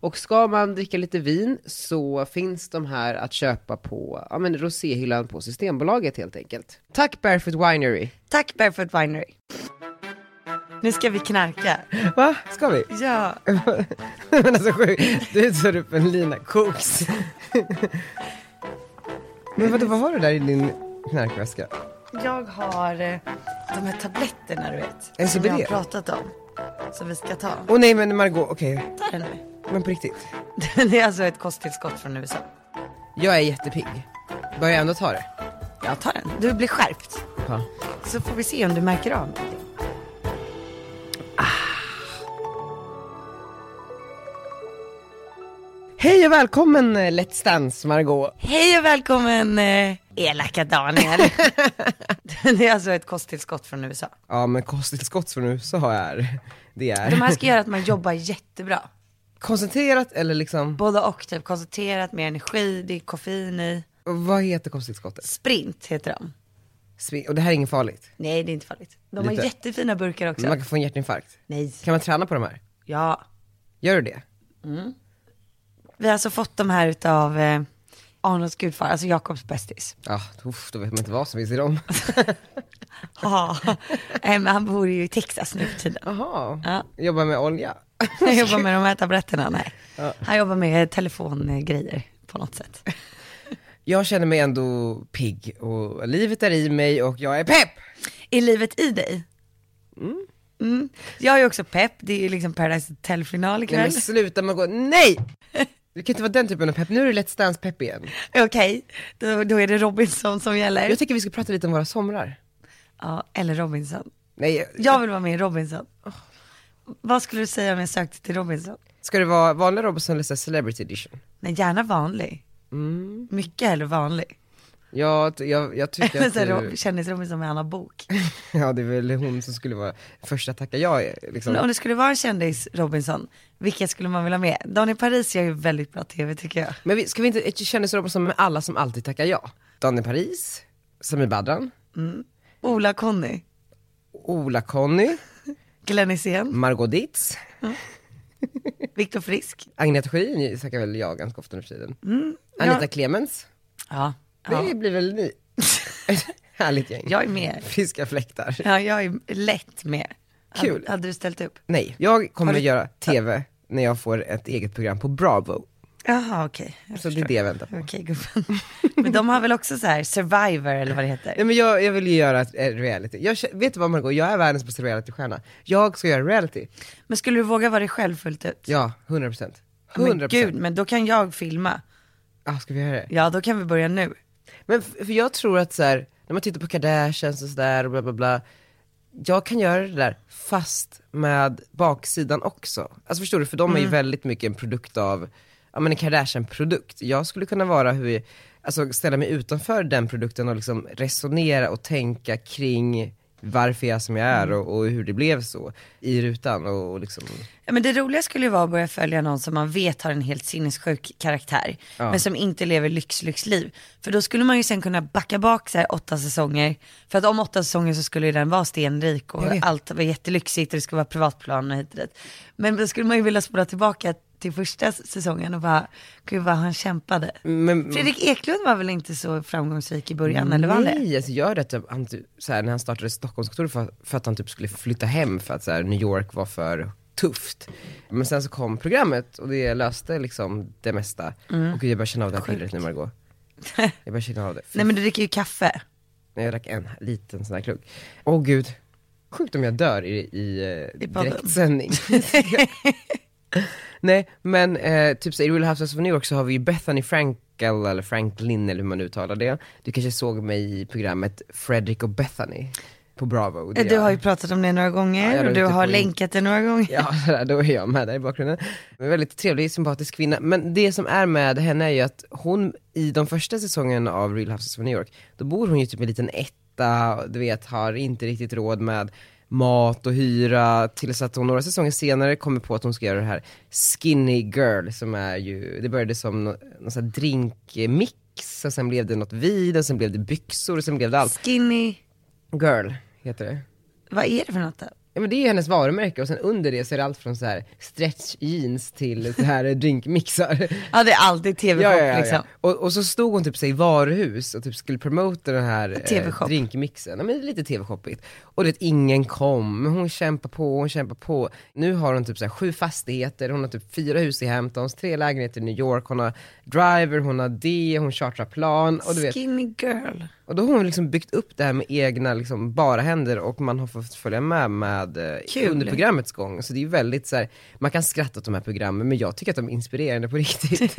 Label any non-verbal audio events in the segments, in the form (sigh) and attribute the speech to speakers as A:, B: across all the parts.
A: Och ska man dricka lite vin så finns de här att köpa på ja, men roséhyllan på Systembolaget helt enkelt. Tack Barefoot Winery!
B: Tack Barefoot Winery. Nu ska vi knarka.
A: Va? Ska vi?
B: Ja.
A: (laughs) Men alltså sjukt, du tar upp en Lina Cooks. Men vadå, vad har du där i din knarkväska?
B: Jag har eh, de här tabletterna du vet. Som
A: SBD.
B: jag har pratat om. Som vi ska ta.
A: Åh nej men Margot, okej,
B: Ta den nu.
A: men på riktigt.
B: Det är alltså ett kosttillskott från USA.
A: Jag är jättepigg. Bör jag ändå ta det?
B: Jag tar den. Du blir skärpt.
A: Ja.
B: Så får vi se om du märker av någonting.
A: Hej och välkommen eh, Let's Dance Margot.
B: Hej och välkommen eh, elaka Daniel. (laughs) det är alltså ett kosttillskott från USA.
A: Ja men kosttillskott från USA är, det är.
B: De här ska göra att man jobbar jättebra.
A: Koncentrerat eller liksom,
B: Både och, typ koncentrerat, mer energi, det är koffein i.
A: vad heter kosttillskottet?
B: Sprint heter de.
A: Svi- Och det här är inget farligt?
B: Nej det är inte farligt. De
A: Lite.
B: har jättefina burkar också.
A: Man kan få en hjärtinfarkt.
B: Nej.
A: Kan man träna på de här?
B: Ja.
A: Gör du det?
B: Vi har alltså fått de här utav eh, Arnolds gudfar, alltså Jakobs bästis.
A: Ja, uff, då vet man inte vad som finns i dem.
B: Ja. (laughs) Eh, men han bor ju i Texas nu för (laughs) tiden.
A: Jaha,
B: Ja.
A: jobbar med olja.
B: Han jobbar med de här tabletterna, nej. Han jobbar med telefongrejer på något sätt.
A: Jag känner mig ändå pigg och livet är i mig och jag är pepp!
B: Är livet i dig? Mm. Jag är också pepp, det är ju liksom Paradise Hotel-final
A: Nej men
B: ikväll.
A: sluta man går, nej! Du kan inte vara den typen av pepp, nu är det Let's Dance-pepp igen.
B: Okej, då, då är det Robinson som gäller.
A: Jag tycker vi ska prata lite om våra somrar.
B: Ja, eller Robinson.
A: Nej,
B: Jag vill vara med i Robinson.
A: Oh.
B: Vad skulle du säga om jag sökte till Robinson?
A: ska det vara vanlig Robinson eller så här celebrity edition?
B: Nej, gärna vanlig.
A: Mm.
B: Mycket hellre vanlig.
A: Jag, jag, jag
B: (laughs)
A: tycker
B: Men
A: att
B: sen
A: du,
B: Rob- kändis-Robinson med Anna Bok.
A: ja det är väl hon som skulle vara första tacka jag är, liksom.
B: Men om det skulle vara en kändis-Robinson, vilka skulle man vilja ha med? Daniel Paris gör ju väldigt bra tv tycker jag.
A: Men vi, ska vi inte känna Robinson med alla som alltid tackar ja? Daniel Paris, Samir Badran,
B: Ola Conny,
A: Ola-Conny,
B: Glenn Hysén,
A: Margot Ditz.
B: Viktor Frisk.
A: Agneta Sjödin snackar väl jag ganska ofta nu för tiden. Anita Clemens,
B: Mm, Ja.
A: det blir väl
B: (laughs)
A: ni. Härligt gäng.
B: Jag är med.
A: Friska fläktar.
B: Ja, jag är lätt med. Hade-
A: Kul.
B: Hade du ställt upp?
A: Nej, jag kommer
B: Har du-
A: att göra TV när jag får ett eget program på Bravo.
B: Jaha, okej. Jag
A: Så det är
B: förstår.
A: det jag väntar på.
B: Okej, gubben. (laughs) Men de har väl också så här survivor eller vad det heter?
A: Nej, men jag, jag vill ju göra ett eh, reality. Jag, kä- vet du vad Margot, jag är världens bästa realitystjärna. Jag ska göra reality.
B: Men skulle du våga vara dig själv fullt ut?
A: Ja, 100 procent.
B: Men
A: 100
B: gud,
A: procent.
B: men då kan jag filma.
A: Ah, ska vi göra det?
B: Ja, då kan vi börja nu.
A: Men f- för jag tror att så här, när man tittar på Kardashians och sådär och bla bla bla, jag kan göra det där fast med baksidan också. Alltså förstår du, för de är ju väldigt mycket en produkt av, ja men en Kardashian-produkt. Jag skulle kunna vara hur, alltså ställa mig utanför den produkten och liksom resonera och tänka kring varför jag är som jag är och, och hur det blev så i rutan och, och liksom,
B: Ja, men det roliga skulle ju vara att börja följa någon som man vet har en helt sinnessjuk karaktär, men som inte lever lyx-lyxliv. För då skulle man ju sen kunna backa bak så här åtta säsonger, för att om åtta säsonger så skulle ju den vara stenrik och allt var jättelyxigt och det skulle vara privatplan och hit och dit. Men då skulle man ju vilja spola tillbaka till första säsongen och bara, gud vad han kämpade.
A: men,
B: Fredrik Eklund var väl inte så framgångsrik i början, eller var han det?
A: Nej, alltså jag hörde att typ, han, typ, såhär, när han startade Stockholmskontoret för, för att han typ skulle flytta hem för att såhär, New York var för tufft. Men sen så kom programmet och det löste liksom det mesta.
B: Mm.
A: Och gud, jag börjar känna av det här pillret nu
B: (laughs)
A: Margot. Jag börjar känna av det. Fy
B: Nej men du dricker ju kaffe.
A: Nej, jag drack en liten sån här klunk. Åh gud, Sjukt om jag dör i, i, eh,
B: I podden.
A: direktsändning. (laughs) Nej, men eh, typ så i Real Housewives of New York så har vi ju Bethany Frankel, eller Franklin eller hur man uttalar det. Du kanske såg mig i programmet Fredrik och Bethany på Bravo. Det
B: Eh, Du
A: är-
B: har ju pratat om det några gånger
A: Ja, jag la
B: och
A: ut
B: du
A: det
B: har
A: på
B: länkat det några gånger.
A: Ja, sådär, då är jag med där i bakgrunden. En väldigt trevlig, sympatisk kvinna. Men det som är med henne är ju att hon i de första säsongerna av Real Houses of New York, då bor hon ju typ i en liten etta, du vet, har inte riktigt råd med mat och hyra, tills att hon några säsonger senare kommer på att hon ska göra det här Skinny Girl, som är ju, det började som nå- någon sån här drinkmix, och sen blev det något vin, och sen blev det byxor, och sen blev det allt.
B: Skinny,
A: Girl, heter det.
B: vad är det för något? då?
A: Ja men det är ju hennes varumärke och sen under det så är det allt från så här stretch jeans till så här (laughs) drinkmixar.
B: Ja det är alltid
A: Ja,
B: tv-pop
A: ja, ja,
B: liksom.
A: ja. Och, och så stod hon typ sig i varuhus och typ skulle promota den här eh,
B: TV-shop.
A: drinkmixen. Ja, men lite tv-shoppigt. Och det ingen kom, men hon kämpar på, hon kämpar på. Nu har hon typ så här sju fastigheter, hon har typ fyra hus i Hamptons, tre lägenheter i New York, hon har driver, hon har det, hon chartrar plan och du vet.
B: Skinny girl.
A: Och då har hon liksom byggt upp det här med egna liksom bara händer och man har fått följa med, med eh,
B: Kul.
A: under programmets gång. Så det är ju väldigt så här, man kan skratta åt de här programmen men jag tycker att de är inspirerande på riktigt.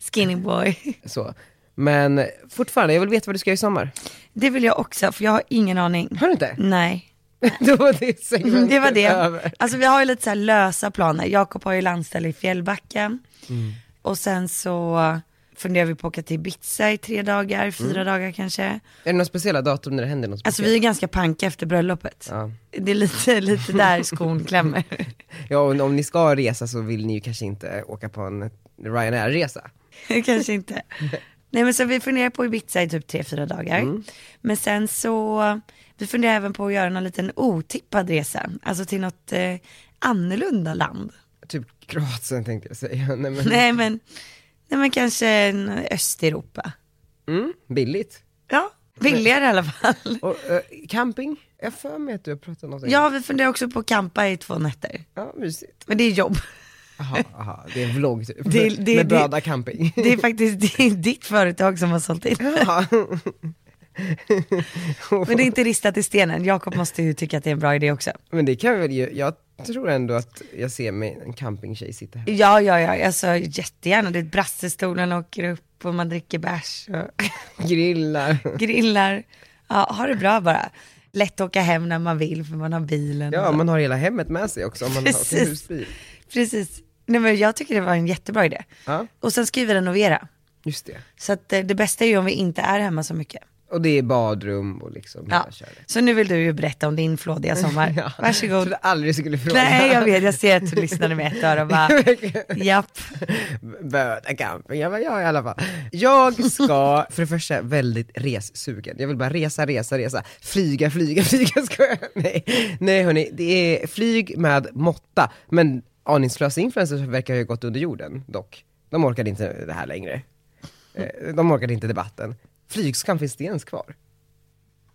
B: (laughs) Skinny boy.
A: så. Men fortfarande, jag vill veta vad du ska göra i sommar.
B: (laughs) Det vill jag också för jag har ingen aning.
A: Har du inte?
B: Nej.
A: (laughs) då var det segmentet
B: Mm. Det var det.
A: över.
B: Alltså vi har ju lite så här lösa planer. Jakob har ju landställe i Fjällbacken.
A: Mm.
B: Och sen så funderar vi på att åka till Ibiza i tre dagar, fyra
A: Mm.
B: dagar kanske.
A: Är det några speciella datum när det händer något
B: Alltså
A: speciellt?
B: vi är ganska panka efter bröllopet.
A: Ja.
B: Det är lite, lite där skon klämmer.
A: (laughs) ja, och om ni ska resa så vill ni ju kanske inte åka på en Ryanair-resa.
B: (laughs) kanske inte. Nej men så vi funderar på Ibiza i typ tre, fyra dagar.
A: Mm.
B: Men sen så, vi funderar även på att göra någon liten otippad resa. Alltså till något eh, annorlunda land.
A: Typ Kroatien tänkte jag säga. (laughs) Nej, men,
B: Nej men, nej men kanske en Östeuropa.
A: Mm, billigt.
B: Ja, billigare i
A: (laughs)
B: alla fall.
A: Och, eh, camping? Jag har för mig att du har pratat om något.
B: Ja, vi funderar också på att campa i två nätter.
A: Ja, mysigt.
B: Men det
A: (laughs)
B: är jobb.
A: Aha, aha, det är en vlogg typ.
B: Det- det-
A: med
B: det-
A: Bröda camping.
B: (laughs) Det är faktiskt det är ditt företag som har sålt in.
A: Jaha.
B: (laughs) Men det är inte ristat i stenen. Jakob måste ju tycka att det är en bra idé också.
A: (laughs) Men det kan väl ju, jag tror ändå att jag ser mig en campingtjej sitta här.
B: Ja, ja, ja, alltså jättegärna. Det är brassestolen åker upp och man dricker bärs och (laughs)
A: Grillar.
B: grillar. Ja, ha det bra bara. Lätt att åka hem när man vill för man har bilen. och
A: Ja,
B: så.
A: man har hela hemmet med sig också om man har sin
B: Precis.
A: husbil.
B: Precis. Nej, men jag tycker det var en jättebra idé.
A: Ja.
B: Och sen ska vi renovera.
A: Just det.
B: Så att eh, det bästa är ju om vi inte är hemma så mycket.
A: Och det är badrum och liksom
B: Ja.
A: hela köret.
B: Så nu vill du ju berätta om
A: (laughs)
B: din flådiga sommar.
A: Ja. Jag (laughs)
B: Varsågod.
A: trodde aldrig du skulle fråga.
B: Nej jag vet, jag ser att du lyssnade med ett öra
A: (laughs)
B: och bara, japp.
A: Böda camping, jag bara, ja i alla fall. Jag ska, för det första, väldigt ressugen. Jag vill bara resa, resa, resa. Flyga, flyga, (laughs) flyga ska jag. Nej, Nej hörni, det är flyg med måtta. Men aningslösa influencers verkar ha gått under jorden dock. De orkade inte det här längre. Eh, De orkade inte debatten. Flygskam, finns det ens kvar?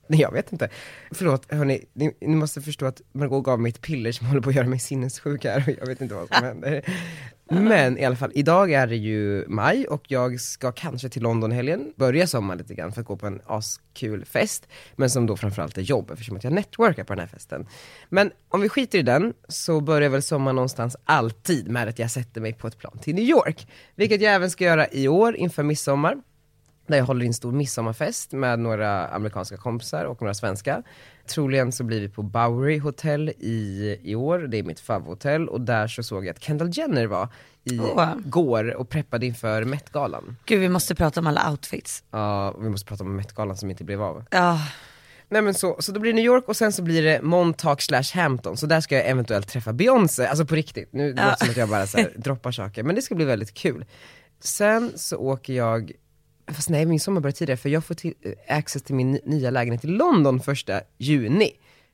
A: Nej jag vet inte. Förlåt hörni, ni, ni måste förstå att Margot gav mig ett piller som håller på att göra mig sinnessjuk här och jag vet inte vad som händer. Men i alla fall, idag är det ju maj och jag ska kanske till London i helgen, börja sommaren lite grann för att gå på en askul fest. Men som då framförallt är jobb eftersom att jag networkar på den här festen. Men om vi skiter i den så börjar väl sommaren någonstans alltid med att jag sätter mig på ett plan till New York. Vilket jag även ska göra i år inför midsommar där jag håller i en stor midsommarfest med några amerikanska kompisar och några svenska. Troligen så blir vi på Bowery Hotel i, i år, det är mitt favvohotell och där så såg jag att Kendall Jenner var i
B: Åh.
A: går och preppade inför Met-galan.
B: Gud vi måste prata om alla outfits.
A: Ja, och vi måste prata om Met-galan som inte blev av.
B: Ja,
A: Nej men så, så då blir det New York och sen så blir det Montauk slash Hampton, så där ska jag eventuellt träffa Beyoncé, alltså på riktigt. Nu låter det som att jag bara så här, droppar saker, men det ska bli väldigt kul. Sen så åker jag, fast nej min sommar börjar tidigare för jag får till, eh, access till min ny- nya lägenhet i London första juni.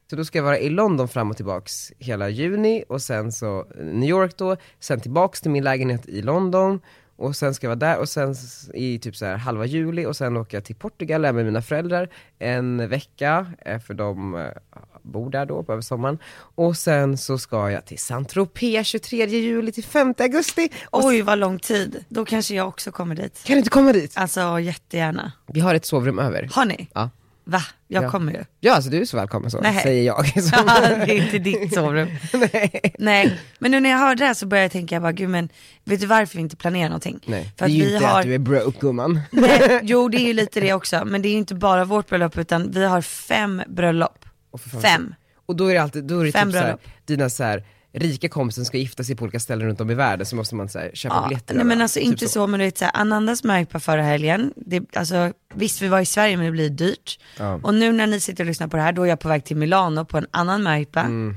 A: Så då ska jag vara i London fram och tillbaks hela juni och sen så eh, New York då, sen tillbaks till min lägenhet i London och sen ska jag vara där och sen s- i typ så här halva juli och sen åker jag till Portugal, är med mina föräldrar en vecka, eh, för de eh, bor där då på över sommaren. Och sen så ska jag till Saint-Tropez 23 juli till 5 augusti. Och
B: oj vad lång tid. Då kanske jag också kommer dit.
A: kan du inte komma dit?
B: Alltså jättegärna.
A: Vi har ett sovrum över.
B: Har ni?
A: Ja.
B: Va? Jag
A: Ja.
B: kommer
A: (laughs)
B: ju.
A: Ja alltså du är så välkommen så,
B: Nej.
A: säger
B: (laughs)
A: jag. Så,
B: det är inte ditt sovrum.
A: (laughs) nej.
B: Nej, men nu när jag hörde det här så började jag tänka, jag bara, gud men vet du varför vi inte planerar någonting?
A: nej.
B: För att
A: det är ju
B: vi
A: inte
B: har...
A: att du är broke gumman.
B: (laughs)
A: (laughs)
B: Nej, jo det är ju lite det också, men det är ju inte bara vårt bröllop utan vi har fem bröllop.
A: Åh, för fan.
B: Fem.
A: Och då är det alltid, då är det
B: Fem
A: typ såhär,
B: bröllop.
A: dina såhär rika kompisar som ska gifta sig på olika ställen runt om i världen så måste man såhär köpa
B: Ja,
A: biljetter.
B: nej men
A: överallt.
B: alltså
A: Typ
B: inte så. men du vet såhär, Anandas möhippa förra helgen, det, alltså, visst vi var i Sverige men det blir dyrt. Och nu när ni sitter och lyssnar på det här då är jag på väg till Milano på en annan möhippa.
A: Mm.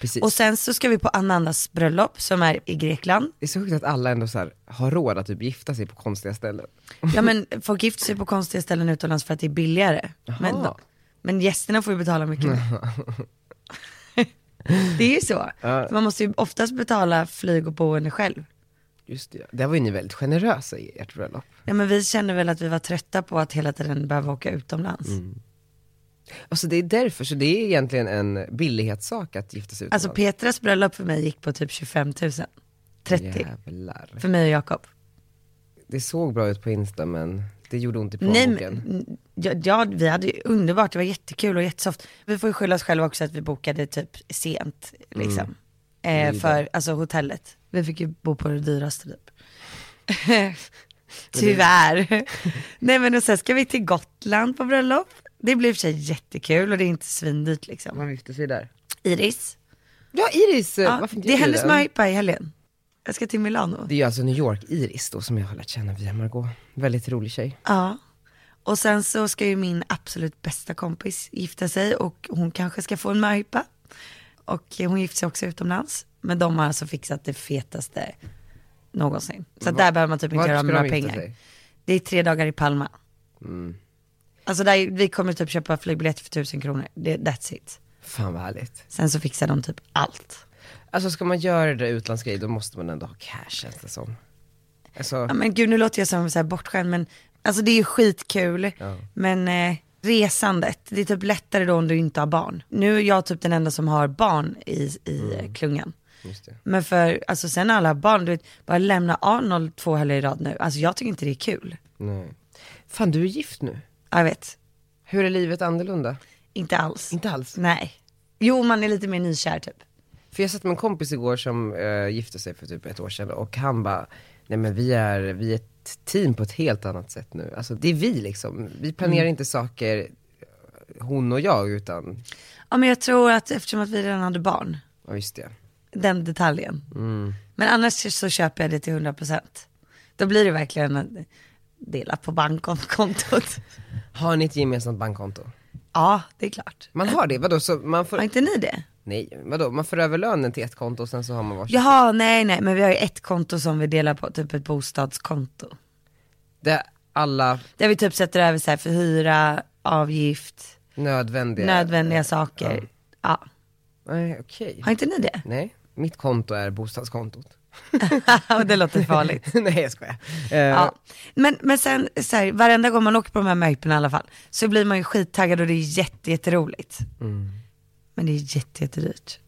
A: Precis.
B: Och sen så ska vi på Anandas bröllop som är i Grekland.
A: Det är så sjukt att alla ändå så här, har råd att typ gifta sig på konstiga ställen.
B: Ja men folk gifter sig på konstiga ställen utomlands för att det är billigare. Men,
A: Jaha.
B: men gästerna får ju betala mycket mer. det är ju så. Man måste ju oftast betala flyg och boende själv.
A: Just det, där var ju ni väldigt generösa i ert bröllop.
B: Ja men vi kände väl att vi var trötta på att hela tiden behöva åka utomlands.
A: Alltså det är därför, så det är egentligen en billighetssak att gifta sig
B: Alltså Petras bröllop för mig gick på typ 25 000. 30
A: Jävlar.
B: för mig och Jakob.
A: Det såg bra ut på Insta men det gjorde ont i
B: Nej,
A: plånboken.
B: men, ja, ja, vi hade ju underbart, det var jättekul och jättesoft. Vi får ju skylla oss själva också att vi bokade typ sent,
A: Mm.
B: liksom. Eh, för, alltså hotellet. Vi fick ju bo på det
A: (laughs)
B: dyraste typ. Tyvärr. (laughs) Nej men och sen ska vi till Gotland på bröllop. Det blir i och för sig jättekul och det är inte svindyrt liksom.
A: Man gifte sig där.
B: Iris,
A: Ja Iris, eh,
B: ja,
A: varför inte
B: det är
A: du
B: hennes
A: den?
B: möhippa i helgen. Jag ska till Milano.
A: Det är ju alltså New York-Iris då som jag har lärt känna via Margot. Väldigt rolig tjej.
B: Ja. Och sen så ska ju min absolut bästa kompis gifta sig och hon kanske ska få en möhippa. Och hon gifte sig också utomlands. Men de har alltså fixat det fetaste någonsin. Så att där behöver man typ inte
A: vart
B: göra av
A: ska
B: några
A: de gifta
B: pengar.
A: sig? Mm.
B: Det är tre dagar i Palma. Alltså där, vi kommer typ köpa flygbiljetter för tusen kronor. Det, that's it.
A: Fan vad härligt.
B: Sen så fixar de typ allt.
A: Alltså ska man göra det där utlandsgrej då måste man ändå ha cash känns det som. Alltså,
B: Ja, men gud nu låter jag som så här bortskämd men alltså det är ju skitkul. Men eh, resandet, det är typ lättare då om du inte har barn. Nu är jag typ den enda som har barn i, i eh, klungan.
A: Mm. just det.
B: Men för, alltså sen alla har barn, du vet, bara lämna Arnold två helger i rad nu. Alltså jag tycker inte det är kul.
A: Nej. Fan du är gift nu.
B: Ja, Jag vet,
A: Hur är livet annorlunda?
B: inte alls.
A: Inte alls.
B: Nej. Jo man är lite mer nykär typ.
A: För jag satt med en kompis igår som eh, gifte sig för typ ett år sedan och han bara, nej men vi är, vi är ett team på ett helt annat sätt nu. Alltså det är vi liksom. Vi planerar inte saker, eh, hon och jag, utan,
B: Ja men jag tror att eftersom att vi redan hade barn,
A: ja just det.
B: den detaljen. Men annars så köper jag det till 100%. Då blir det verkligen att dela på bankkontot. (laughs)
A: Har ni ett gemensamt bankkonto?
B: ja, det är klart.
A: Man har det, vadå så man
B: Har
A: får,
B: inte ni det?
A: nej vadå, man får över lönen till ett konto och sen så har man varsitt.
B: Jaha, nej nej, men vi har ju ett konto som vi delar på, typ ett bostadskonto.
A: Det alla
B: Där vi typ sätter över så här för hyra, avgift,
A: nödvändiga.
B: nödvändiga saker. Ja.
A: Nej okej.
B: Har inte ni (laughs) det?
A: Nej, mitt konto är bostadskontot.
B: Och det låter farligt.
A: (laughs) nej jag skojar. Eh,
B: Ja. Men, men sen, så här, varenda gång man åker på de här möhipporna i alla fall, så blir man ju skittaggad och det är jätte, jätteroligt. Men det är jätte, jättedyrt.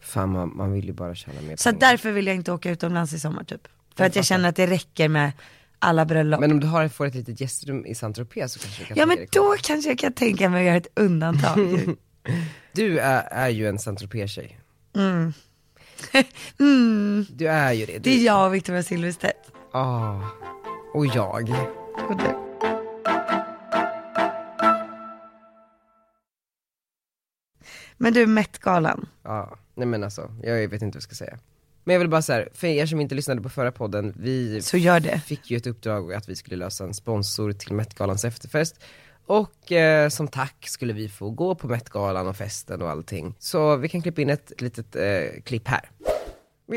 A: Fan man, man vill ju bara tjäna mer
B: Så att
A: pengar.
B: därför vill jag inte åka utomlands i sommar typ. För att jag känner att det räcker med alla bröllop.
A: Men om du har, får ett litet gästrum i Saint Tropez så kanske du kan
B: ja
A: tänka
B: men
A: dig kvar.
B: då kanske jag kan tänka mig att göra ett undantag. (laughs)
A: Du är, är ju en Saint Tropez tjej.
B: (laughs)
A: Du är ju det. Du,
B: Mm. det är jag och Victoria Silvstedt.
A: Ah. Och jag.
B: Och du. Men du, Met-galan.
A: Ja, nej men alltså, jag vet inte vad jag ska säga. Men jag vill bara säga, för er som inte lyssnade på förra podden, vi
B: Så gör det.
A: fick ju ett uppdrag att vi skulle lösa en sponsor till Met-galans efterfest. Och eh, som tack skulle vi få gå på Met-galan och festen och allting. Så vi kan klippa in ett litet eh, klipp här.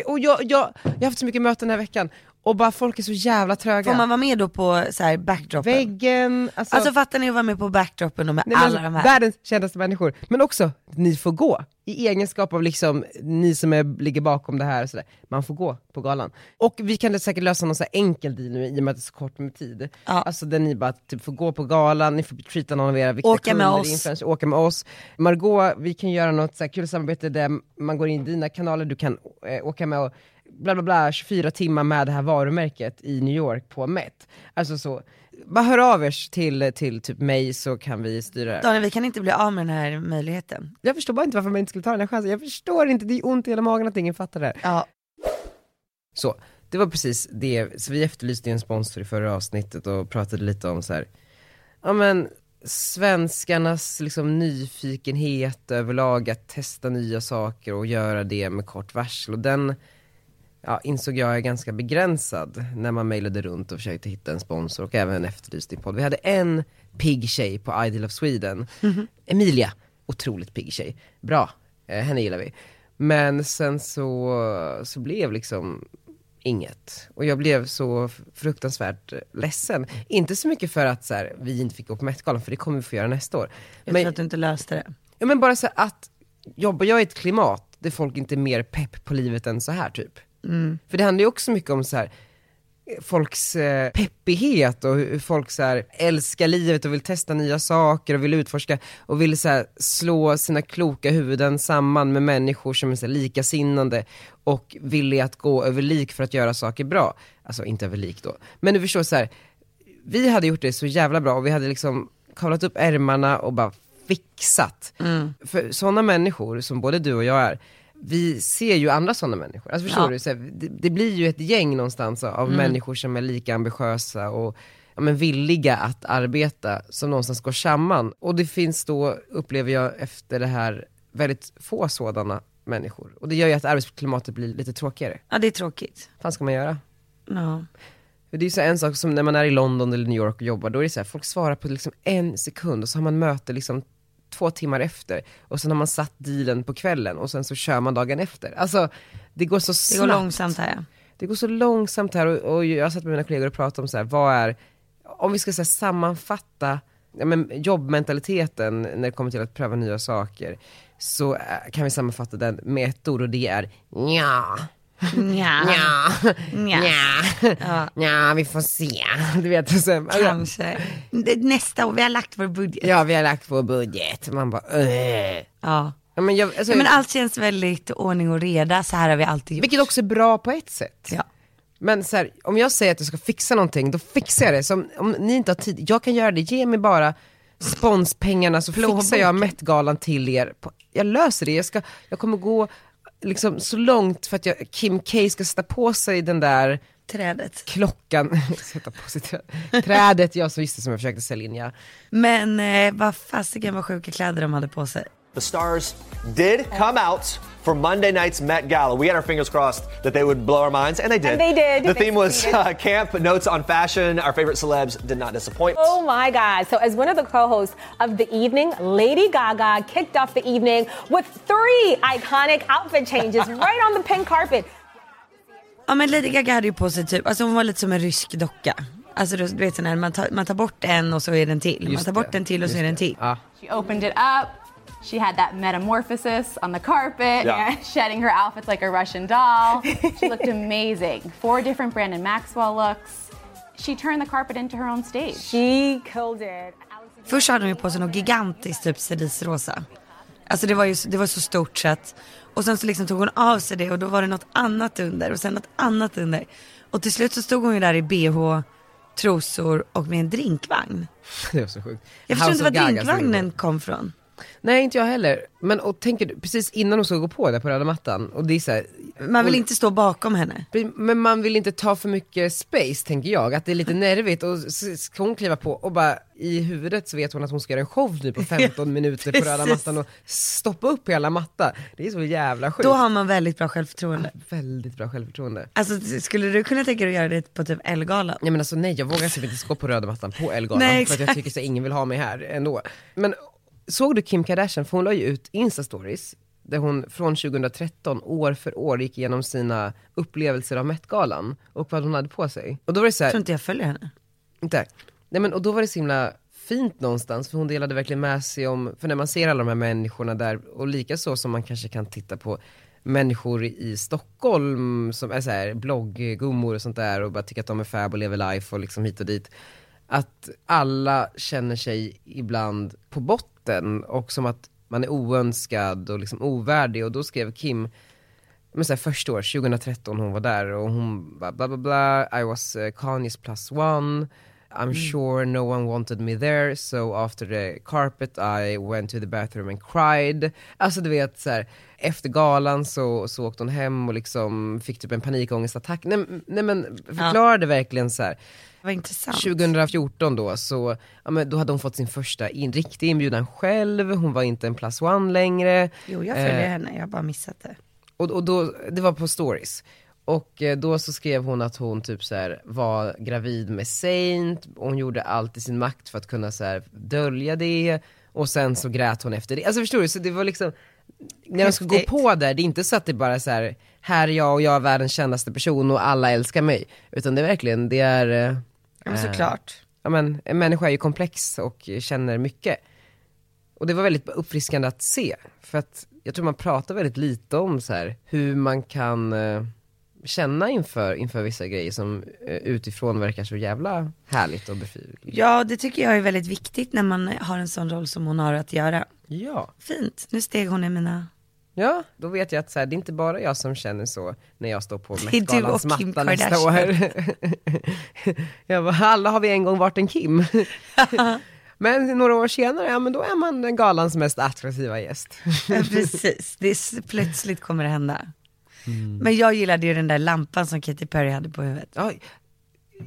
A: Och jag, jag, jag har haft så mycket möten den här veckan och bara folk är så jävla tröga.
B: Får man vara med då på så här, backdropen?
A: Väggen, alltså,
B: Alltså fattar ni att vara med på backdropen och med
A: nej, men
B: alla
A: alltså,
B: de här?
A: världens kändaste människor. Men också, ni får gå. I egenskap av liksom, ni som är, ligger bakom det här och sådär. Man får gå på galan. Och vi kan säkert lösa någon så här enkel deal nu i och med att det är så kort med tid.
B: Ja.
A: Alltså där ni bara typ, får gå på galan, ni får treata någon av era viktiga
B: Åka med
A: kunder,
B: oss.
A: influencers, åka med oss. Margot, vi kan göra något så här kul samarbete där man går in i dina kanaler, du kan eh, åka med och bla bla bla 24 timmar med det här varumärket i New York på Met. Alltså så, bara hör av er till, till typ mig så kan vi styra det. här.
B: Daniel vi kan inte bli av med den här möjligheten.
A: Jag förstår bara inte varför man inte skulle ta den här chansen. Jag förstår inte, det är ont i hela magen att ingen fattar det här.
B: Ja.
A: Så, det var precis det, så vi efterlyste ju en sponsor i förra avsnittet och pratade lite om så här. ja men svenskarnas liksom nyfikenhet överlag att testa nya saker och göra det med kort varsel och den ja, insåg jag är ganska begränsad när man mejlade runt och försökte hitta en sponsor och även efterlyste i podd. Vi hade en pigg tjej på Idol of Sweden,
B: Mhm.
A: Emilia, otroligt pigg tjej, bra, eh, henne gillar vi. Men sen så, så blev liksom inget. Och jag blev så fruktansvärt ledsen. Inte så mycket för att så här, vi inte fick gå på Met-galan, för det kommer vi få göra nästa år.
B: Jag
A: Men-
B: tror att du inte löste det.
A: Ja men bara så här att, jobbar jag i ett klimat där folk inte är mer pepp på livet än så här typ. För det handlar ju också mycket om så här folks eh, peppighet och hur hur folk så här älskar livet och vill testa nya saker och vill utforska och vill så här slå sina kloka huvuden samman med människor som är så här likasinnande och villiga att gå över lik för att göra saker bra. Alltså inte över lik då, men du förstår så här vi hade gjort det så jävla bra och vi hade liksom kavlat upp ärmarna och bara fixat. För sådana människor som både du och jag är, vi ser ju andra sådana människor. Alltså förstår
B: Ja.
A: du? Så här, det, det blir ju ett gäng någonstans av människor som är lika ambitiösa och ja, men villiga att arbeta, som någonstans går samman. Och det finns då, upplever jag efter det här, väldigt få sådana människor. Och det gör ju att arbetsklimatet blir lite tråkigare.
B: Ja det är tråkigt.
A: Vad fan ska man göra?
B: Ja.
A: För Det är ju så här en sak som när man är i London eller New York och jobbar, då är det så här, folk svarar på liksom en sekund och så har man möte liksom två timmar efter och sen har man satt dealen på kvällen och sen så kör man dagen efter. Alltså det går så
B: Det
A: snabbt.
B: går långsamt här.
A: Det går så långsamt här och, och jag har satt med mina kollegor och pratat om så här, vad är, om vi ska så här, sammanfatta ja, men jobbmentaliteten när det kommer till att pröva nya saker, så eh, kan vi sammanfatta den med ett ord och det är nja.
B: Nja.
A: Nja.
B: Nja.
A: Nja. Nja, vi får se. (laughs) Du vet, så, alltså,
B: Kanske. Det- Nästa år, vi har lagt vår budget.
A: ja vi har lagt vår budget. Man bara, "Åh."
B: Ja.
A: ja, men jag, alltså,
B: Ja, Men allt känns väldigt ordning och reda, så här har vi alltid gjort.
A: Vilket också är bra på ett sätt.
B: Ja.
A: Men så här, om jag säger att jag ska fixa någonting, då fixar jag det. Som, om ni inte har tid, jag kan göra det. Ge mig bara sponspengarna så fixar jag Met-galan till er. På, jag löser det. Jag, ska, jag kommer gå liksom, så långt för att jag, Kim K ska sätta på sig den där
B: Trädet.
A: klockan, (laughs) sätta på sig trä, trädet, jag så visste som jag försökte sälja in ja.
B: Men eh, vad fasiken vad sjuka kläder de hade på sig.
C: The stars did come out for Monday night's Met Gala. We had our fingers crossed that they would blow our minds, and they did.
D: And they did.
C: The
D: They
C: theme was
D: succeeded.
C: uh, camp notes on fashion. Our favorite celebs did not disappoint.
D: Oh my God. So, as one of the co hosts of the evening, Lady Gaga kicked off the evening with three iconic outfit changes (laughs) right on the pink carpet.
B: Ja men Lady Gaga hade ju på sig typ, alltså hon var lite som en rysk docka. Alltså du vet sån här, man tar, man tar bort en och så är den till. Man
A: Just
B: tar
A: det.
B: bort en till och så
A: Just
B: är den
A: det.
B: till.
A: Ja. (laughs)
E: She opened it up. She had that metamorphosis on the carpet,
C: Yeah.
E: and (laughs) shedding her outfits like a Russian doll. She looked amazing. Four different Brandon Maxwell looks. She turned the carpet into her own stage.
D: She killed it.
B: Först hade hon ju på sig något gigantiskt, typ cerisrosa. Alltså det var ju det var så stort så att, och sen så liksom tog hon av sig det och då var det något annat under och sen något annat under. Och till slut så stod hon ju där i bh, trosor och med en drinkvagn.
A: Det var så sjukt.
B: Jag förstår
A: House
B: inte var
A: of Gaga stod det på.
B: drinkvagnen kom från.
A: Nej inte jag heller. Men och tänker du, precis innan hon ska gå på där på röda mattan, och det är så här,
B: Man vill
A: hon-
B: inte stå bakom henne.
A: Men man vill inte ta för mycket space tänker jag, att det är lite nervigt och s- ska hon kliva på och bara i huvudet så vet hon att hon ska göra en show nu
B: (laughs)
A: på 15 minuter på röda
B: precis.
A: mattan och stoppa upp hela mattan. Det är så jävla sjukt.
B: Då har man väldigt bra självförtroende.
A: Väldigt bra självförtroende.
B: Alltså skulle du kunna tänka dig att göra det på typ Ellegalan?
A: Nej men alltså nej jag vågar typ inte gå på röda mattan på Ellegalan
B: Nej,
A: för att jag
B: exakt.
A: tycker så här, ingen vill ha mig här ändå. Men såg du Kim Kardashian, för hon la ju ut Insta-stories där hon från 2013 år för år gick igenom sina upplevelser av Met-galan och vad hon hade på sig. Och då var det så här,
B: Jag tror inte jag följer henne.
A: Inte? Nej men och då var det så himla fint någonstans, för hon delade verkligen med sig om, för när man ser alla de här människorna där, och lika så som man kanske kan titta på människor i Stockholm som är så här blogggummor och sånt där och bara tycker att de är fab och lever life och liksom hit och dit. Att alla känner sig ibland på botten och som att man är oönskad och liksom ovärdig och då skrev Kim men så här, första år, 2013 hon var där och hon bara bla bla bla, I was eh, Kanye's plus one,
B: Mm.
A: I'm sure no one wanted me there, so after the carpet I went to the bathroom and cried. Alltså du vet så här, efter galan så, så åkte hon hem och liksom fick typ en panikångestattack. Nej, m- nej men förklarade verkligen så här.
B: Vad intressant.
A: 2014 då, så, ja, men då hade hon fått sin första in, riktig inbjudan själv, hon var inte en plus one längre.
B: Jo jag
A: Eh.
B: följer henne, jag har bara missat det.
A: Och, och då, det var på stories. Och eh, då så skrev hon att hon typ så här var gravid med Saint, och hon gjorde allt i sin makt för att kunna så här dölja det, och sen så grät hon efter det. Alltså förstår du, så det var liksom, när de ska gå
B: Häftigt.
A: på där, det är inte så att det bara så här, här är jag och jag är världens kändaste person och alla älskar mig. Utan det är verkligen, det är eh,
B: Ja, men såklart.
A: ja, men, en människa är ju komplex och känner mycket. Och det var väldigt uppfriskande att se, för att jag tror man pratar väldigt lite om så här, hur man kan eh, känna inför, inför vissa grejer som eh, utifrån verkar så jävla härligt och befriande.
B: Ja det tycker jag är väldigt viktigt när man har en sån roll som hon har att göra.
A: Ja.
B: Fint, nu steg hon
A: (laughs)
B: i mina
A: Ja, då vet jag att så här, det är inte bara jag som känner så när jag står på
B: är du
A: Met-galans
B: och Kim
A: matta nästa
B: Kardashian.
A: år. (laughs) jag bara, alla har vi en gång varit en
B: (laughs)
A: Kim. men några år senare, ja men då är man galans mest attraktiva
B: (laughs)
A: gäst.
B: Ja, precis, det är, s- plötsligt kommer det hända.
A: Mm.
B: Men jag gillade ju den där lampan som Katy Perry hade på huvudet.
A: Oj,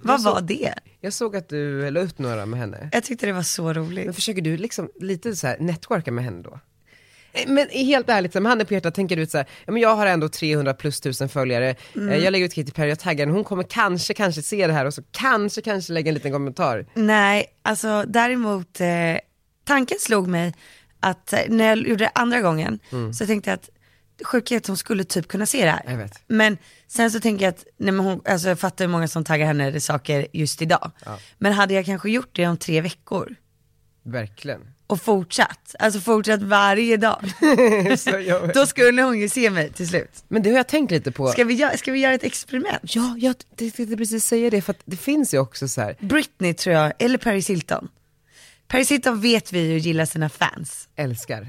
B: Vad var det?
A: jag såg att du la ut några med henne.
B: Jag tyckte det var så roligt.
A: Men försöker du liksom lite så här networka med henne då? Eh, Men helt ärligt, så här, med handen på hjärtat, tänker du så här, ja, men jag har ändå 300 plus tusen följare,
B: Mm.
A: Eh, jag lägger ut Katy Perry, jag taggar henne, hon kommer kanske, kanske se det här och så kanske, kanske lägga en liten kommentar.
B: Nej, alltså däremot, eh, tanken slog mig att eh, när jag gjorde det andra gången så tänkte jag att det sjuka är att hon skulle typ kunna se det här.
A: Mm. Jag vet.
B: Men sen så tänker jag att, nej men hon, alltså jag fattar hur många som taggar henne i saker just idag. Men hade jag kanske gjort det om tre veckor
A: Verkligen.
B: och fortsatt, alltså fortsatt varje dag,
A: (laughs) Så jag-
B: då skulle hon ju se mig till slut.
A: men det har jag tänkt lite på.
B: Ska vi, göra, ska vi göra ett experiment?
A: Ja, jag tänkte precis säga det, för att det finns ju också så här,
B: Britney tror jag, eller Paris Hilton. Paris Hilton vet vi ju gillar sina fans.
A: älskar.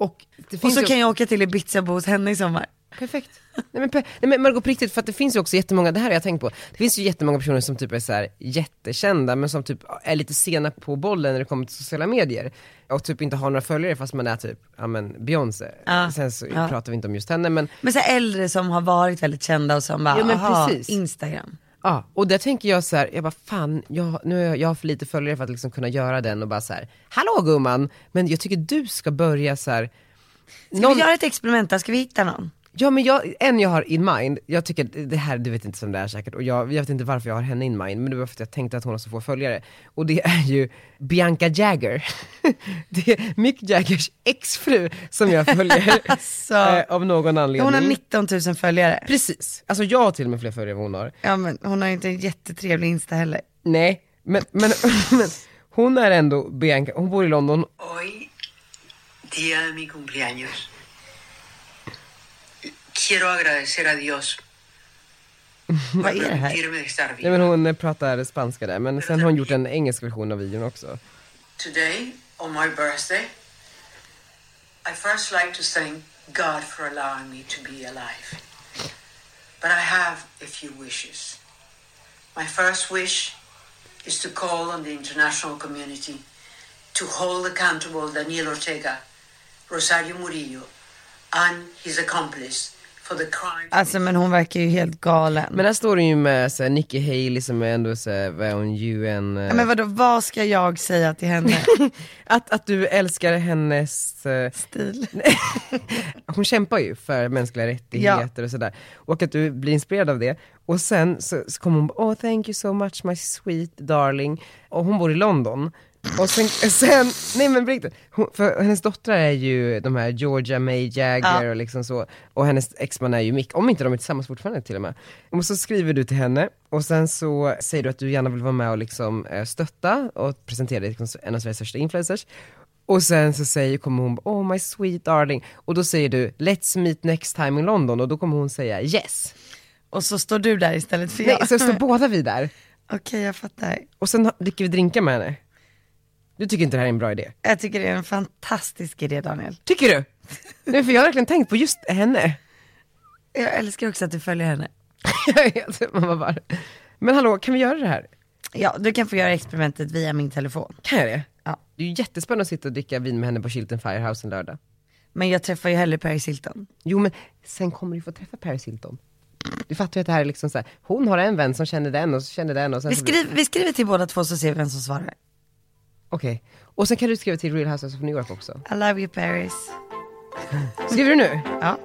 A: Och, det
B: Och
A: finns
B: så
A: ju-
B: kan jag åka till Ibiza och bo hos henne i sommar.
A: Perfekt. Nej men, pe- nej, men Margot på riktigt, för att det finns ju också jättemånga, det här har jag tänkt på, det finns ju jättemånga personer som typ är så här jättekända men som typ är lite sena på bollen när det kommer till sociala medier och typ inte har några följare fast man är typ, ja men Beyoncé.
B: Ja.
A: Sen så
B: Ja.
A: pratar vi inte om just henne men
B: Men så här äldre som har varit väldigt kända och som bara,
A: Ja, men
B: aha,
A: precis.
B: Instagram.
A: Ja, och där tänker jag så här, jag bara fan, jag, nu har jag, jag har för lite följare för att liksom kunna göra den och bara så här, hallå gumman, men jag tycker du ska börja så här.
B: Ska
A: någon-
B: vi göra ett experiment då? Ska vi hitta någon?
A: Ja men jag, en jag har in mind, jag tycker att det här, du vet inte som det är säkert och jag, jag vet inte varför jag har henne in mind men det var för att jag tänkte att hon har så få följare och det är ju Bianca Jagger. (laughs) det är Mick Jaggers exfru som jag
B: (laughs)
A: följer eh, av någon anledning.
B: Alltså. Hon har 19 000 följare.
A: Precis, alltså jag har till och med fler följare än vad hon har.
B: Ja men hon har ju inte en jättetrevlig Insta heller.
A: Nej, men, men, (laughs) men hon är ändå Bianca, hon bor i London
F: Hoy, día de mi cumpleaños, quiero agradecer a Dios
B: Vad är det här?
F: permitirme de estar
A: Nej
F: viva.
A: men hon eh, pratar spanska där, men sen har hon gjort en engelsk version av videon också.
F: Today, on my birthday, I first like to thank God for allowing me to be alive. But I have a few wishes. My first wish is to call on the international community to hold accountable Daniel Ortega, Rosario Murillo, and his accomplice for the crime.
B: Alltså men hon verkar ju helt galen.
A: Men
B: Men,
A: där står hon ju med såhär, Nikki Haley som är ändå såhär, vad är hon, UN... eh,
B: men vadå, vad ska jag säga
A: (laughs)
B: till henne?
A: att, att du älskar hennes... eh,
B: Stil.
A: (laughs) hon kämpar ju för mänskliga rättigheter och sådär. Och att du blir inspirerad av det. Och sen så, så kommer hon oh thank you so much my sweet darling. Och hon bor i London. Och sen, (laughs) sen nej men på riktigt, hon, för hennes döttrar är ju de här Georgia May Jagger och liksom så, och hennes exman är ju Mick, om inte de är tillsammans fortfarande till och med. Och så skriver du till henne, och sen så säger du att du gärna vill vara med och liksom eh, stötta och presentera dig som en av Sveriges största influencers. Och sen så säger, kommer hon, oh my sweet darling, och då säger du, let's meet next time in London, och då kommer hon säga yes.
B: Och så står du där istället för
A: Nej,
B: jag.
A: så står båda vi där,
B: Okej jag fattar.
A: och sen ha- dricker vi drinkar med henne. Du tycker inte det här är en bra idé?
B: Jag tycker det är en fantastisk idé Daniel.
A: Tycker du? Nej för jag har verkligen tänkt på just henne. (laughs)
B: Jag älskar också att du följer henne.
A: Jag vet, man bara, bara, men hallå kan vi göra det här?
B: Ja, du kan få göra experimentet via min telefon.
A: Kan jag det?
B: Ja.
A: Det är ju jättespännande att sitta och dricka vin med henne på Chilton Firehouse en lördag.
B: Men jag träffar ju hellre Paris Hilton.
A: Jo men sen kommer du få träffa Paris Hilton. Du fattar ju att det här är liksom så här, hon har en vän som känner den och så känner den och sen
B: Vi,
A: så blir-
B: skriver, vi skriver till båda två så ser vi vem som svarar.
A: Okej. Och sen kan du skriva till Real Housewives of New York också.
B: I love you Paris.
A: Skriver du nu?
B: Ja.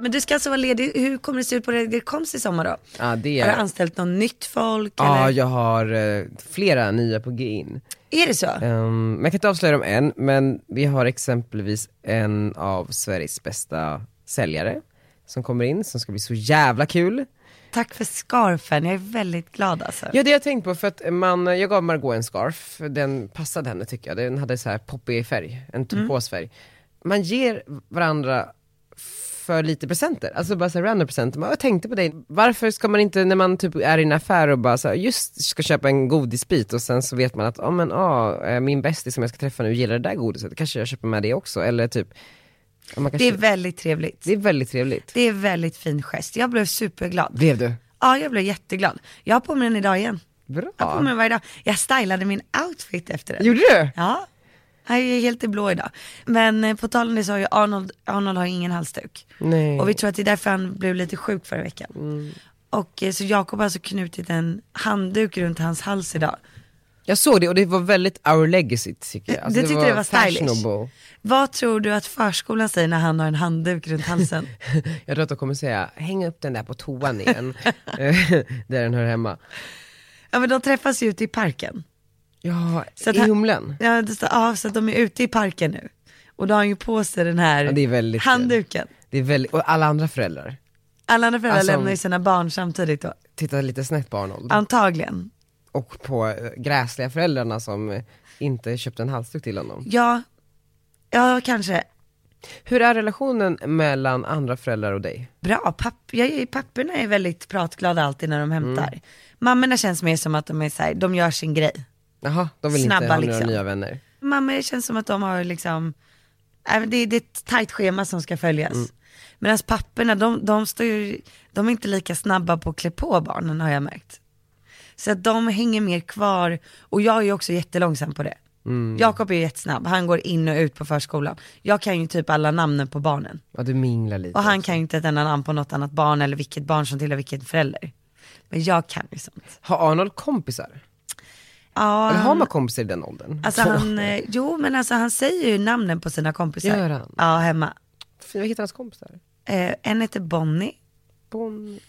B: Men du ska alltså vara ledig, hur kommer det se ut på det, det komst i sommar då?
A: Ja det
B: Har du
A: är
B: anställt något nytt folk?
A: Ja,
B: eller?
A: jag har eh, flera nya på g in.
B: Är det så?
A: Ehm, men jag kan inte avslöja dem än, men vi har exempelvis en av Sveriges bästa säljare som kommer in, som ska bli så jävla kul.
B: Tack för scarfen, jag är väldigt glad alltså.
A: Ja det har jag tänkt på för att man, jag gav Margot en scarf, för den passade henne tycker jag, den hade så här poppig färg,
B: Mm.
A: en turkosfärg. Man ger varandra för lite presenter, alltså bara så här random presenter. Man, jag tänkte på dig, varför ska man inte när man typ är i en affär och bara så här, just ska köpa en godisbit och sen så vet man att, ja men ah, eh, min bästis som jag ska träffa nu gillar det där godiset, kanske jag köper med det också, eller typ. ja, Man
B: Det
A: kanske,
B: är väldigt trevligt.
A: det är väldigt trevligt.
B: Det är en väldigt fin gest, jag blev superglad.
A: Blev du?
B: Ja, jag blev jätteglad. Jag har på mig den idag igen. Jag har på
A: Bra.
B: mig den varje dag. Jag stylade min outfit efter den.
A: Gjorde du?
B: Ja, han är helt i blå idag. Men eh, på tal om det så har ju Arnold, Arnold har ingen halsduk.
A: Nej. Mm.
B: Och vi tror att det är därför han blev lite sjuk förra veckan. Och eh, så Jakob har alltså knutit en handduk runt hans hals idag.
A: Jag såg det och det var väldigt our legacy tycker jag.
B: du tyckte det var stylish?
A: alltså, fashionable.
B: Vad tror du att förskolan säger när han har en handduk runt
A: (laughs)
B: halsen?
A: Jag tror att de kommer säga, häng upp den där på toan
B: (laughs)
A: igen, Eh, där den hör hemma.
B: ja men de träffas ju ute i parken.
A: Ja,
B: Så att
A: i
B: han-
A: humlen.
B: Ja, det står, ja så att de är ute i parken nu. Och då har han ju på sig den här
A: Ja, det är väldigt kul.
B: handduken.
A: Det är väldigt, och alla andra föräldrar
B: Alla andra föräldrar
A: Alltså-
B: lämnar ju sina barn samtidigt då.
A: tittar lite snett på Arnold.
B: Antagligen.
A: och på eh, gräsliga föräldrarna som eh, inte köpte en halsduk till honom.
B: Ja, ja kanske.
A: Hur är relationen mellan andra föräldrar och dig?
B: Bra, papp, jag, papporna är väldigt pratglada alltid när de hämtar. Mammorna känns mer som att de är så här, de gör sin grej.
A: Jaha, de vill inte
B: Snabba
A: ha några
B: liksom.
A: nya vänner.
B: Mammor känns som att de har liksom, äh, men det, det är ett tajt schema som ska följas. Medan papporna, de, de, står ju, de är inte lika snabba på att klä på barnen har jag märkt. Så att de hänger mer kvar, och jag är ju också jättelångsam på det. Jakob är ju jättesnabb, han går in och ut på förskolan. Jag kan ju typ alla namnen på barnen.
A: Ja du minglar lite.
B: Och han
A: också.
B: kan ju inte ett enda namn på något annat barn eller vilket barn som tillhör vilken förälder. Men jag kan ju sånt.
A: Har Arnold kompisar?
B: Ja,
A: Eller har
B: han,
A: man kompisar i den åldern?
B: alltså han, eh, jo men alltså han säger ju namnen på sina kompisar.
A: Gör han?
B: Ja, hemma.
A: Fy, Vad heter hans kompisar?
B: Eh, en heter Bonnie.
A: Bonnie.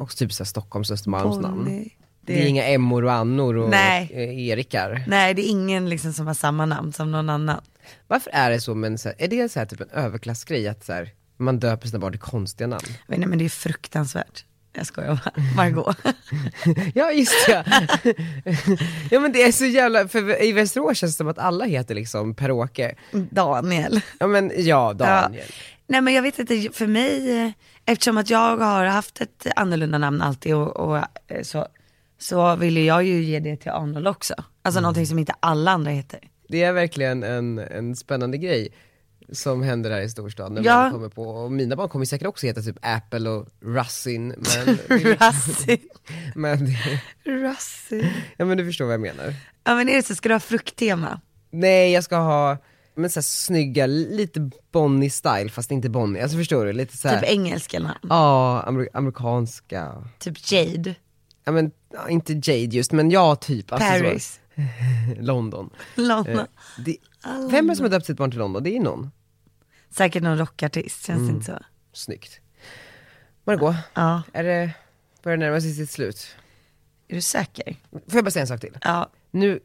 A: Också typ såhär Stockholms och Östermalms namn.
B: Mm. Bonnie.
A: Det är inga Emmor och Annor och
B: Nej.
A: eh, Erikar.
B: Nej det är ingen liksom som har samma namn som någon annan.
A: Varför är det så, men så här, är det så här, typ en överklassgrej att så här, man döper sina barn till konstiga namn?
B: Men, nej, men det är fruktansvärt. Jag skojar bara, (laughs) Margot.
A: Ja just det. (laughs) ja men det är så jävla, för i Västerås känns det som att alla heter liksom Per-Åke.
B: Daniel.
A: Ja men ja, Daniel.
B: Ja. Nej men jag vet inte, för mig, eh, eftersom att jag har haft ett annorlunda namn alltid och, och eh, så, så ville jag ju ge det till Arnold också.
A: Mm.
B: Alltså någonting som inte alla andra heter.
A: (laughs) Det är verkligen en, en spännande grej som händer här i storstan när
B: Ja.
A: man kommer på, och mina barn kommer säkert också heta typ Apple och Russin (laughs) men,
B: Rassi.
A: men, (laughs)
B: Rassi.
A: ja, men du förstår vad jag menar.
B: Ja men är det så, ska du ha frukttema?
A: Nej jag ska ha, men såhär snygga, lite Bonnie-style fast inte Bonnie, alltså förstår du? Lite såhär,
B: Typ engelska namn.
A: ja, amer- amerikanska,
B: Typ Jade.
A: ja men ja, inte Jade just men ja typ. alltså så.
B: Paris.
A: (laughs) London.
B: London.
A: Eh, det, vem är det som har döpt sitt barn till London? Det är någon.
B: Säkert någon rockartist, känns det
A: Mm.
B: inte så?
A: Snyggt. Margot,
B: Ja,
A: är det, börjar närma sig sitt slut.
B: är du säker?
A: Får jag bara säga en sak till?
B: Ja,
A: Nu,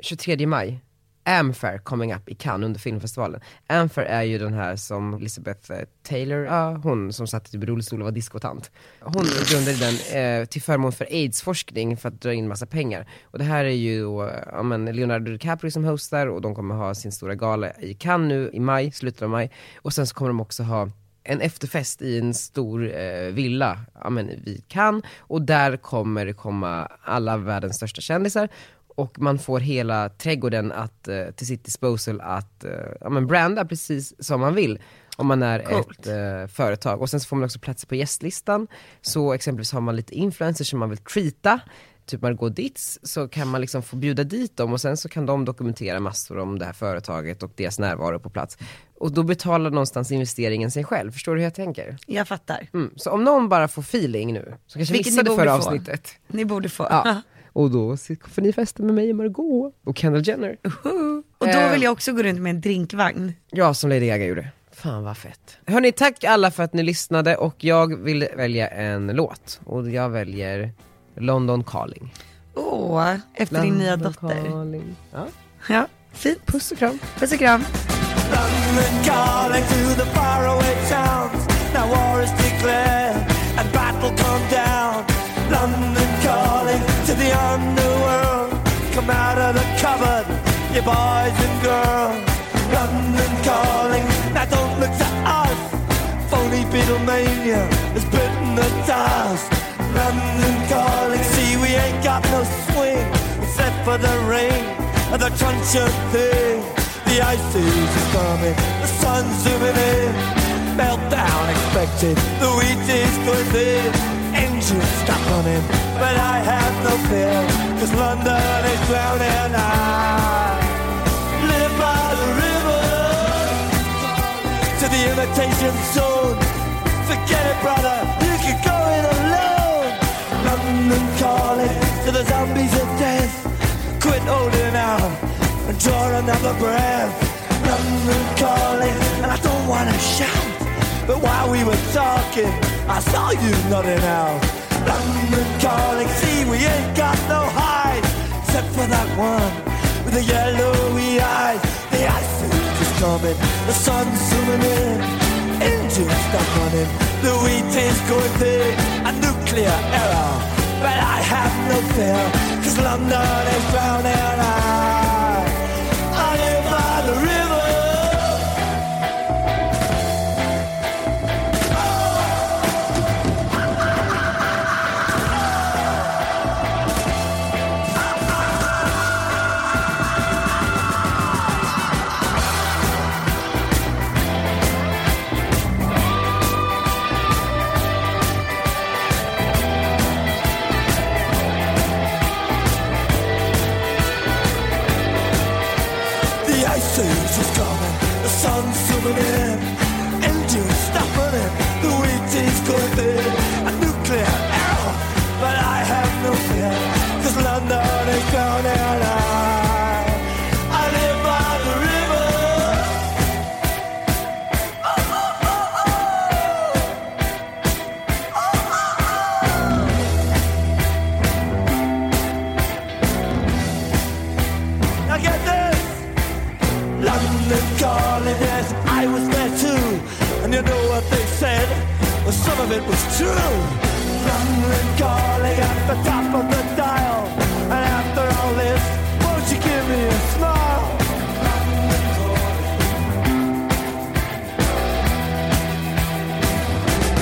A: 23 maj, Amfair coming up i Cannes under filmfestivalen. Amfair är ju den här som Elizabeth eh, Taylor, ja, hon som satt i typ rullstol och var diskotant. Hon grundade den eh, till förmån för aidsforskning för att dra in massa pengar. Och det här är ju då, ja, men Leonardo DiCaprio som hostar och de kommer ha sin stora gala i Cannes nu i maj, slutet av maj. Och sen så kommer de också ha en efterfest i en stor eh, villa ja, men, vid Cannes och där kommer det komma alla världens största kändisar och man får hela trädgården att, eh, till sitt disposal att eh, ja, men branda precis som man vill. om man är
B: Coolt.
A: ett eh, företag. Och sen så får man också platser på gästlistan. Så exempelvis har man lite influencers som man vill treata, typ Margot Ditz, så kan man liksom få bjuda dit dem och sen så kan de dokumentera massor om det här företaget och deras närvaro på plats. Och då betalar någonstans investeringen sig själv, förstår du hur jag tänker?
B: Jag fattar.
A: Mm. Så om någon bara får feeling nu, så kanske
B: Vilket ni
A: missade
B: borde
A: förra
B: få.
A: avsnittet.
B: Ni borde få.
A: Ja. Och då får ni festa med mig och Margot och Kendall Jenner.
B: (laughs) Och då
A: Eh.
B: vill jag också gå runt med en drinkvagn.
A: Ja, som Lady Gaga gjorde. Fan vad fett. Hörni, tack alla för att ni lyssnade och jag vill välja en låt. Och jag väljer London Calling.
B: Åh, efter din nya dotter.
A: Calling. Ja.
B: Ja, fint.
A: Puss och kram.
B: Puss och kram.
G: London calling to the faraway towns. Now war is declared and battle come down. London calling to the underworld. Come out of the cupboard, you boys and girls. London calling, now don't look to us. Phony Beatlemania is bitten the dust. London calling, see we ain't got no swing except for the rain and the crunch of things. The ice age is coming, the sun's zooming in. Meltdown expected, the wheat is good in. Engines stop running, but I have no fear, cause London is drowning. I live by the river to the imitation zone. Forget it, brother, you can go it alone. London calling to the zombies of death. Quit holding out and draw another breath. London calling, and I don't wanna shout. But while we were talking, I saw you nodding out. London calling, see, we ain't got no hide. Except for that one with the yellowy eyes. The ice age is coming, the sun's zooming in. Engines stop running, the wheat is going thick. A nuclear error, but I have no fear. Cause London is drowning. I, I live by the river. The ice age is coming, the sun's zooming in, engines stop running, the wheat is going thin, a nuclear arrow, but I have no fear, cause London is drowning and I, I live by the river. Now get this! London calling, yes, I was there too. And you know what they said? Well, some of it was true. London calling at the top of the dial. And after all this, won't you give me a smile?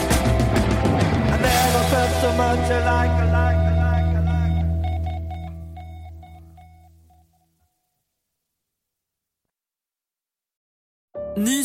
G: I never felt so much alike, alike, alike, alike.
H: Ny